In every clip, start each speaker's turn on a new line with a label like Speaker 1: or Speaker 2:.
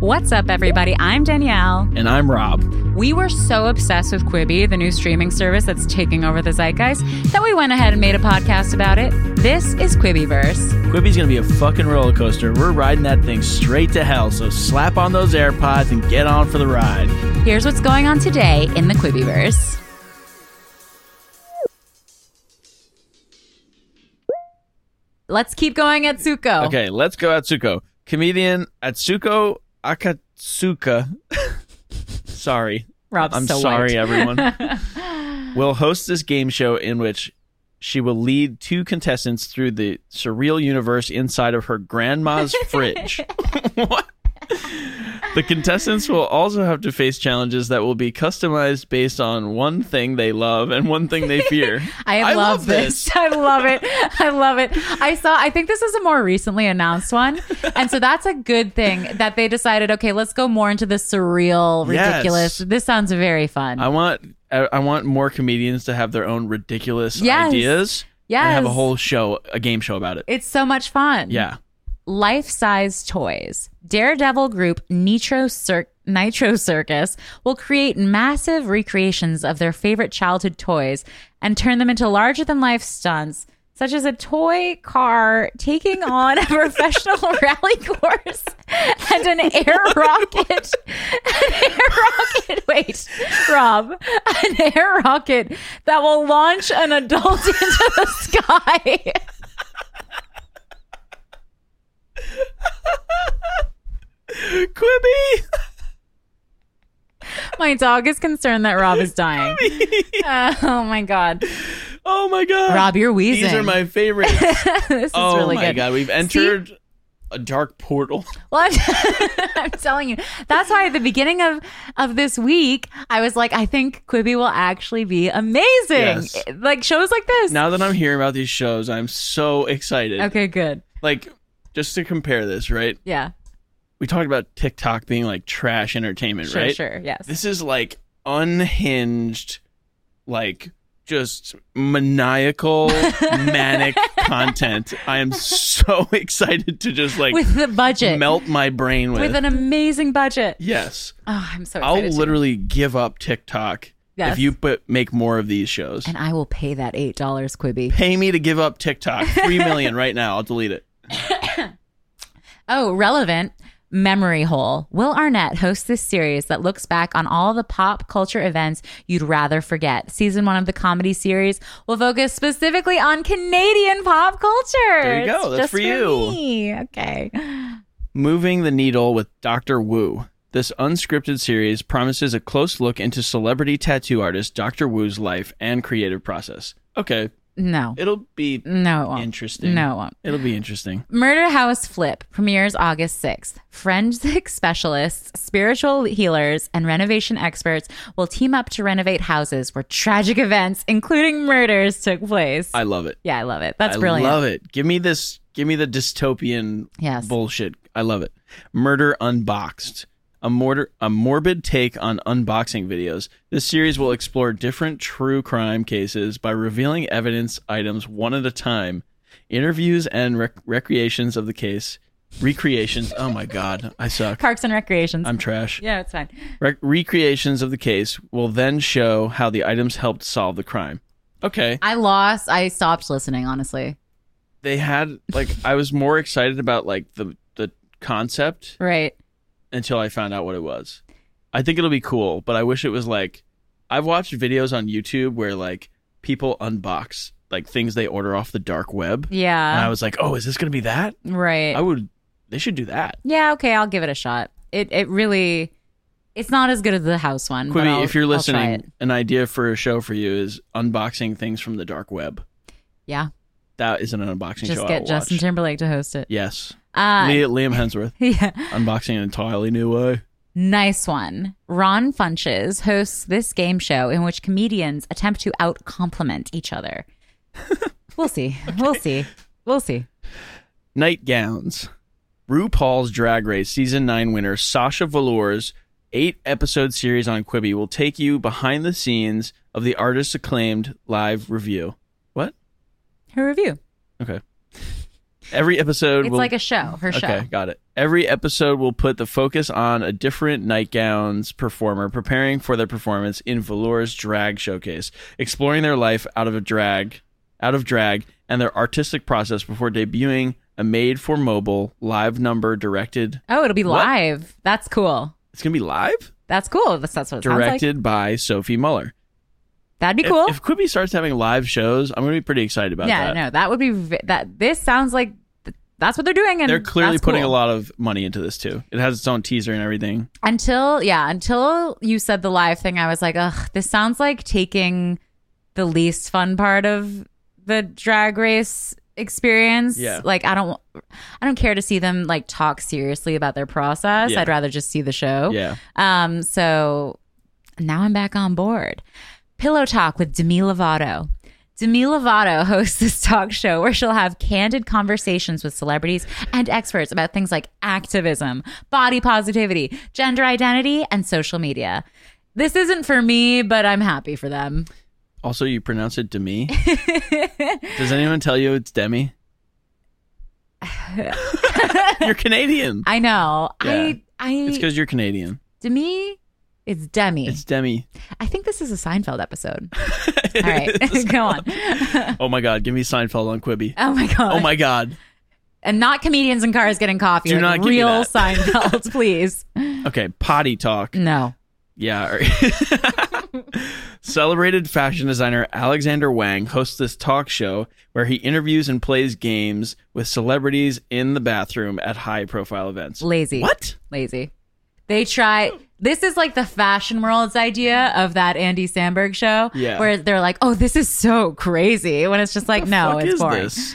Speaker 1: What's up, everybody? I'm Danielle.
Speaker 2: And I'm Rob.
Speaker 1: We were so obsessed with Quibi, the new streaming service that's taking over the zeitgeist, that we went ahead and made a podcast about it. This is Quibiverse.
Speaker 2: Quibi's gonna be a fucking roller coaster. We're riding that thing straight to hell, so slap on those AirPods and get on for the ride.
Speaker 1: Here's what's going on today in the Quibiverse. Let's keep going at Suko.
Speaker 2: Okay, let's go Atsuko. Comedian Atsuko Akatsuka. sorry.
Speaker 1: Rob's
Speaker 2: I'm
Speaker 1: so white.
Speaker 2: sorry, everyone. will host this game show in which she will lead two contestants through the surreal universe inside of her grandma's fridge. what? The contestants will also have to face challenges that will be customized based on one thing they love and one thing they fear.
Speaker 1: I love, this. I love it. I love it. I saw, I think this is a more recently announced one. And so that's a good thing that they decided, okay, let's go more into the surreal,
Speaker 2: Yes.
Speaker 1: ridiculous. This sounds very fun.
Speaker 2: I want I I want more comedians to have their own ridiculous
Speaker 1: Yes.
Speaker 2: ideas and
Speaker 1: yes.
Speaker 2: have a whole show, a game show about it.
Speaker 1: it's so much fun.
Speaker 2: Yeah.
Speaker 1: Life size toys. Daredevil group Nitro, Cir- Nitro Circus will create massive recreations of their favorite childhood toys and turn them into larger than life stunts, such as a toy car taking on a professional rally course and an air rocket. An air rocket. Wait, Rob. An air rocket that will launch an adult into the sky.
Speaker 2: Quibby.
Speaker 1: My dog is concerned that Rob is dying. Uh, oh my god,
Speaker 2: Oh my god.
Speaker 1: Rob, you're wheezing.
Speaker 2: These are my favorites.
Speaker 1: this is
Speaker 2: oh
Speaker 1: really
Speaker 2: my
Speaker 1: good.
Speaker 2: god, we've entered a dark portal.
Speaker 1: Well, I'm, I'm telling you, that's why at the beginning of of this week, I was like, I think Quibi will actually be amazing.
Speaker 2: Yes.
Speaker 1: Like shows like this.
Speaker 2: Now that I'm hearing about these shows, I'm so excited.
Speaker 1: Okay, good.
Speaker 2: Like just to compare this, right?
Speaker 1: Yeah,
Speaker 2: We talked about TikTok being like trash entertainment,
Speaker 1: sure,
Speaker 2: right?
Speaker 1: sure, yes.
Speaker 2: This is like unhinged, like just maniacal, manic content. I am so excited to just like
Speaker 1: with the budget,
Speaker 2: melt my brain with.
Speaker 1: with an amazing budget.
Speaker 2: yes,
Speaker 1: Oh, I'm so
Speaker 2: I'll
Speaker 1: excited. too.
Speaker 2: literally give up TikTok
Speaker 1: Yes.
Speaker 2: if you put make more of these shows.
Speaker 1: and I will pay that eight dollars, Quibi.
Speaker 2: Pay me to give up TikTok. Three million right now. I'll delete it.
Speaker 1: Oh, relevant. Memory Hole. Will Arnett hosts this series that looks back on all the pop culture events you'd rather forget. Season one of the comedy series will focus specifically on Canadian pop culture.
Speaker 2: There you go.
Speaker 1: It's
Speaker 2: That's
Speaker 1: just
Speaker 2: for you.
Speaker 1: me. Okay.
Speaker 2: Moving the Needle with Dr. Wu. This unscripted series promises a close look into celebrity tattoo artist Dr. Wu's life and creative process. Okay,
Speaker 1: No.
Speaker 2: it'll be
Speaker 1: No, it won't.
Speaker 2: interesting.
Speaker 1: No, it won't.
Speaker 2: It'll be interesting.
Speaker 1: Murder House Flip premieres August 6th. Forensic specialists, spiritual healers, and renovation experts will team up to renovate houses where tragic events, including murders, took place.
Speaker 2: I love it.
Speaker 1: Yeah, I love it. That's
Speaker 2: I
Speaker 1: brilliant.
Speaker 2: love it. Give me this. Give me the dystopian
Speaker 1: Yes.
Speaker 2: bullshit. I love it. Murder Unboxed. A mortar, a morbid take on unboxing videos. This series will explore different true crime cases by revealing evidence items one at a time, interviews and rec- recreations of the case, recreations. oh my god, I suck.
Speaker 1: Parks and Recreations.
Speaker 2: I'm trash.
Speaker 1: yeah, it's fine.
Speaker 2: Rec- recreations of the case will then show how the items helped solve the crime. Okay.
Speaker 1: I lost. I stopped listening, honestly.
Speaker 2: they had like I was more excited about like the the concept
Speaker 1: Right.
Speaker 2: until I found out what it was. I think it'll be cool, but I wish it was like I've watched videos on YouTube where like people unbox like things they order off the dark web, and I
Speaker 1: Yeah.
Speaker 2: was like, oh, is this gonna be that?
Speaker 1: right.
Speaker 2: I would. They should do that.
Speaker 1: yeah, okay, I'll give it a shot. It it really it's not as good as the house one. but I'll-
Speaker 2: Quibi, if you're
Speaker 1: I'll try it.
Speaker 2: listening, an idea for a show for you is unboxing things from the dark web.
Speaker 1: Yeah.
Speaker 2: That is an unboxing show.
Speaker 1: Just
Speaker 2: I
Speaker 1: get
Speaker 2: will
Speaker 1: Justin
Speaker 2: watch.
Speaker 1: Timberlake to host it.
Speaker 2: Yes,
Speaker 1: Uh,
Speaker 2: Li- Liam Hemsworth
Speaker 1: yeah.
Speaker 2: unboxing an entirely new way.
Speaker 1: Nice one. Ron Funches hosts this game show in which comedians attempt to out compliment each other. we'll see. We'll see. We'll see.
Speaker 2: Nightgowns. RuPaul's Drag Race Season 9 winner Sasha Velour's eight episode series on Quibi will take you behind the scenes of the artist's acclaimed live review. What?
Speaker 1: Her review.
Speaker 2: Okay. Every episode
Speaker 1: It's
Speaker 2: will
Speaker 1: like a show, her show.
Speaker 2: Okay, got it. Every episode will put the focus on a different nightgowns performer preparing for their performance in Velour's drag showcase, exploring their life out of a drag, out of drag, and their artistic process before debuting a made-for-mobile live number directed.
Speaker 1: Oh, it'll be
Speaker 2: What?
Speaker 1: live. That's cool.
Speaker 2: It's gonna be live,
Speaker 1: That's cool. That's, that's what it sounds like.
Speaker 2: directed by Sophie Muller.
Speaker 1: That'd be
Speaker 2: If-
Speaker 1: cool.
Speaker 2: If, Quibi starts having live shows, I'm gonna be pretty excited about
Speaker 1: yeah,
Speaker 2: that.
Speaker 1: no, that would be v- that. This sounds like th- that's what they're doing, and
Speaker 2: They're clearly
Speaker 1: that's
Speaker 2: putting
Speaker 1: cool.
Speaker 2: a lot of money into this too. It has its own teaser and everything.
Speaker 1: Until yeah, until you said the live thing, I was like, ugh, this sounds like taking the least fun part of the drag race experience.
Speaker 2: Yeah.
Speaker 1: Like I don't I don't care to see them like talk seriously about their process.
Speaker 2: Yeah.
Speaker 1: I'd rather just see the show.
Speaker 2: Yeah.
Speaker 1: Um, so now I'm back on board. Pillow Talk with Demi Lovato. Demi Lovato hosts this talk show where she'll have candid conversations with celebrities and experts about things like activism, body positivity, gender identity, and social media. This isn't for me, but I'm happy for them.
Speaker 2: Also, you pronounce it Demi. Does anyone tell you it's Demi? you're Canadian.
Speaker 1: I know.
Speaker 2: Yeah.
Speaker 1: I I
Speaker 2: It's because you're Canadian.
Speaker 1: Demi it's Demi.
Speaker 2: It's Demi.
Speaker 1: I think this is a Seinfeld episode. All right. Go on.
Speaker 2: oh my God. Give me Seinfeld on Quibi.
Speaker 1: Oh my god.
Speaker 2: Oh my God.
Speaker 1: and not comedians in cars getting coffee.
Speaker 2: Do
Speaker 1: like
Speaker 2: not give me
Speaker 1: real
Speaker 2: that.
Speaker 1: Seinfeld, please.
Speaker 2: Okay. Potty talk.
Speaker 1: No.
Speaker 2: Yeah. all right. Celebrated fashion designer Alexander Wang hosts this talk show where he interviews and plays games with celebrities in the bathroom at high profile events.
Speaker 1: Lazy.
Speaker 2: What?
Speaker 1: Lazy. They try. This is like the fashion world's idea of that Andy Samberg show,
Speaker 2: Yeah.
Speaker 1: where they're like, "Oh, this is so crazy," when it's just like, "No,
Speaker 2: Fuck
Speaker 1: it's
Speaker 2: is
Speaker 1: boring."
Speaker 2: this?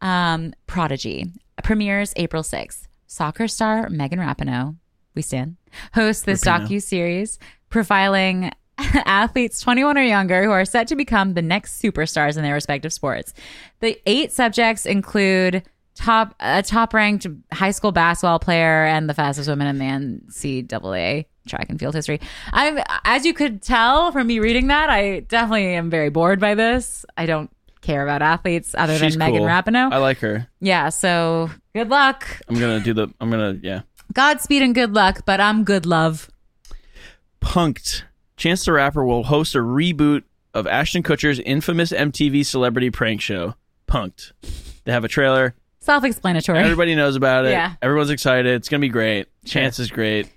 Speaker 1: Um, Prodigy premieres April 6th. Soccer star Megan Rapinoe, we stand, hosts this
Speaker 2: Rapinoe.
Speaker 1: docu series profiling athletes 21 or younger who are set to become the next superstars in their respective sports. The eight subjects include top a top ranked high school basketball player and the fastest woman in the NCAA track and field history. I'm as you could tell from me reading that, I definitely am very bored by this. I don't care about athletes other
Speaker 2: She's
Speaker 1: than Megan
Speaker 2: cool.
Speaker 1: Rapinoe.
Speaker 2: I like her.
Speaker 1: Yeah, so good luck.
Speaker 2: I'm gonna do the. I'm gonna yeah.
Speaker 1: Godspeed and good luck, but I'm good love.
Speaker 2: Punked. Chance the Rapper will host a reboot of Ashton Kutcher's infamous MTV celebrity prank show, Punked. They have a trailer.
Speaker 1: Self explanatory,
Speaker 2: Everybody knows about it.
Speaker 1: Yeah.
Speaker 2: Everyone's excited. It's gonna be great. Chance is great.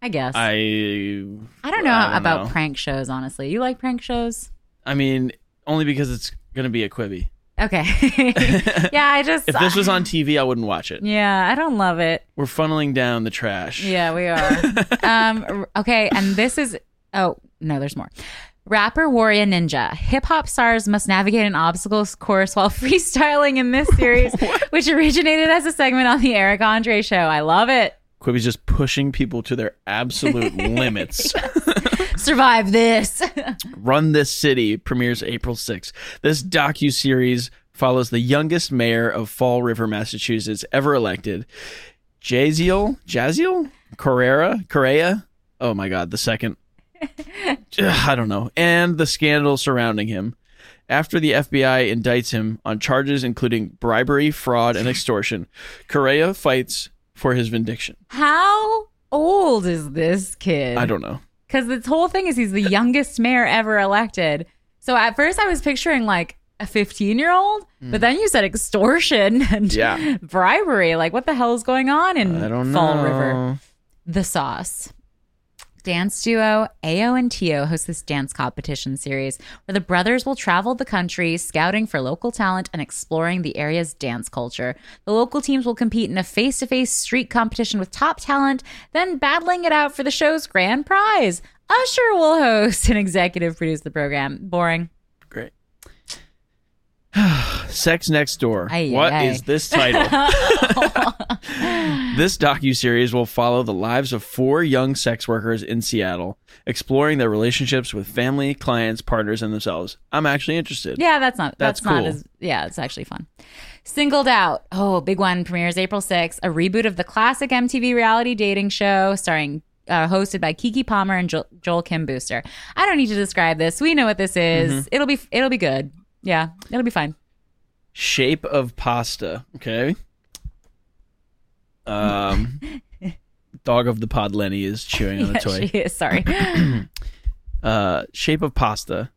Speaker 1: I guess. I,
Speaker 2: I.
Speaker 1: don't know
Speaker 2: I don't
Speaker 1: about
Speaker 2: know.
Speaker 1: prank shows, honestly. You like prank shows?
Speaker 2: I mean, only because it's gonna be a Quibi.
Speaker 1: Okay. yeah, I just.
Speaker 2: If this was on TV, I wouldn't watch it.
Speaker 1: Yeah, I don't love it.
Speaker 2: We're funneling down the trash.
Speaker 1: Yeah, we are. um, r- okay, and this is. Oh, no, there's more. Rapper Warrior Ninja. Hip hop stars must navigate an obstacles course while freestyling in this series, which originated as a segment on the Eric Andre show. I love it.
Speaker 2: Quibi's just pushing people to their absolute limits.
Speaker 1: Survive this.
Speaker 2: Run This City premieres April 6th. This docu-series follows the youngest mayor of Fall River, Massachusetts ever elected, Jaziel, Jaziel Carrera, Correa. Oh my god, the second Ugh, I don't know. And the scandal surrounding him. After the FBI indicts him on charges including bribery, fraud, and extortion, Correa fights for his vindication.
Speaker 1: How old is this kid?
Speaker 2: I don't know.
Speaker 1: Because this whole thing is he's the youngest mayor ever elected. So at first I was picturing like a 15 year old, but then you said extortion and
Speaker 2: Hmm. Yeah.
Speaker 1: bribery. Like, what the hell is going on in
Speaker 2: I don't know.
Speaker 1: Mm. Fall River? The Sauce. Dance duo AO and TO host this dance competition series where the brothers will travel the country scouting for local talent and exploring the area's dance culture. The local teams will compete in a face to face street competition with top talent, then battling it out for the show's grand prize. Usher will host and executive produce the program. Boring.
Speaker 2: Great. Sex Next Door. What
Speaker 1: Ay,
Speaker 2: is
Speaker 1: ay, ay.
Speaker 2: this title? this docuseries will follow the lives of four young sex workers in Seattle, exploring their relationships with family, clients, partners, and themselves. I'm actually interested.
Speaker 1: Yeah, that's not
Speaker 2: That's
Speaker 1: that's,
Speaker 2: cool.
Speaker 1: not as yeah, it's actually fun. Singled Out. Oh, big one premieres April 6th, a reboot of the classic MTV reality dating show starring uh, hosted by Kiki Palmer and jo- Joel Kim Booster. I
Speaker 2: Mm-hmm.
Speaker 1: don't need to describe this. We know what this is. It'll be it'll be good. Yeah, it'll be fine.
Speaker 2: shape of pasta. Okay. Um, dog of the pod Lenny is chewing on a
Speaker 1: Yeah,
Speaker 2: toy.
Speaker 1: she is. Sorry.
Speaker 2: uh, shape of pasta,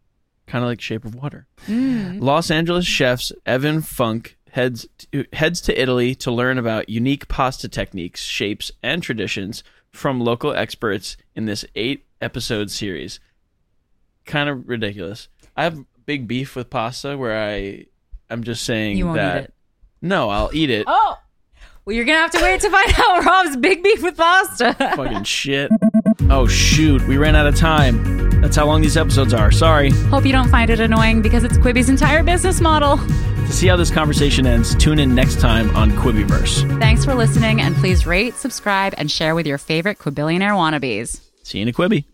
Speaker 2: kind of like shape of water.
Speaker 1: Mm.
Speaker 2: Los Angeles chefs Evan Funk heads to, heads to Italy to learn about unique pasta techniques, shapes, and traditions from local experts in this eight episode series. Kind of ridiculous. I have big beef with pasta where I I'm just saying
Speaker 1: You won't
Speaker 2: that
Speaker 1: eat it.
Speaker 2: no, I'll eat it.
Speaker 1: Oh. Well, you're going to have to wait to find out Rob's big beef with pasta.
Speaker 2: Fucking shit. Oh shoot, we ran out of time. That's how long these episodes are. Sorry.
Speaker 1: Hope you don't find it annoying because it's Quibi's entire business model.
Speaker 2: To see how this conversation ends, tune in next time on Quibiverse.
Speaker 1: Thanks for listening, and please rate, subscribe, and share with your favorite Quibillionaire wannabes.
Speaker 2: See you in a Quibi.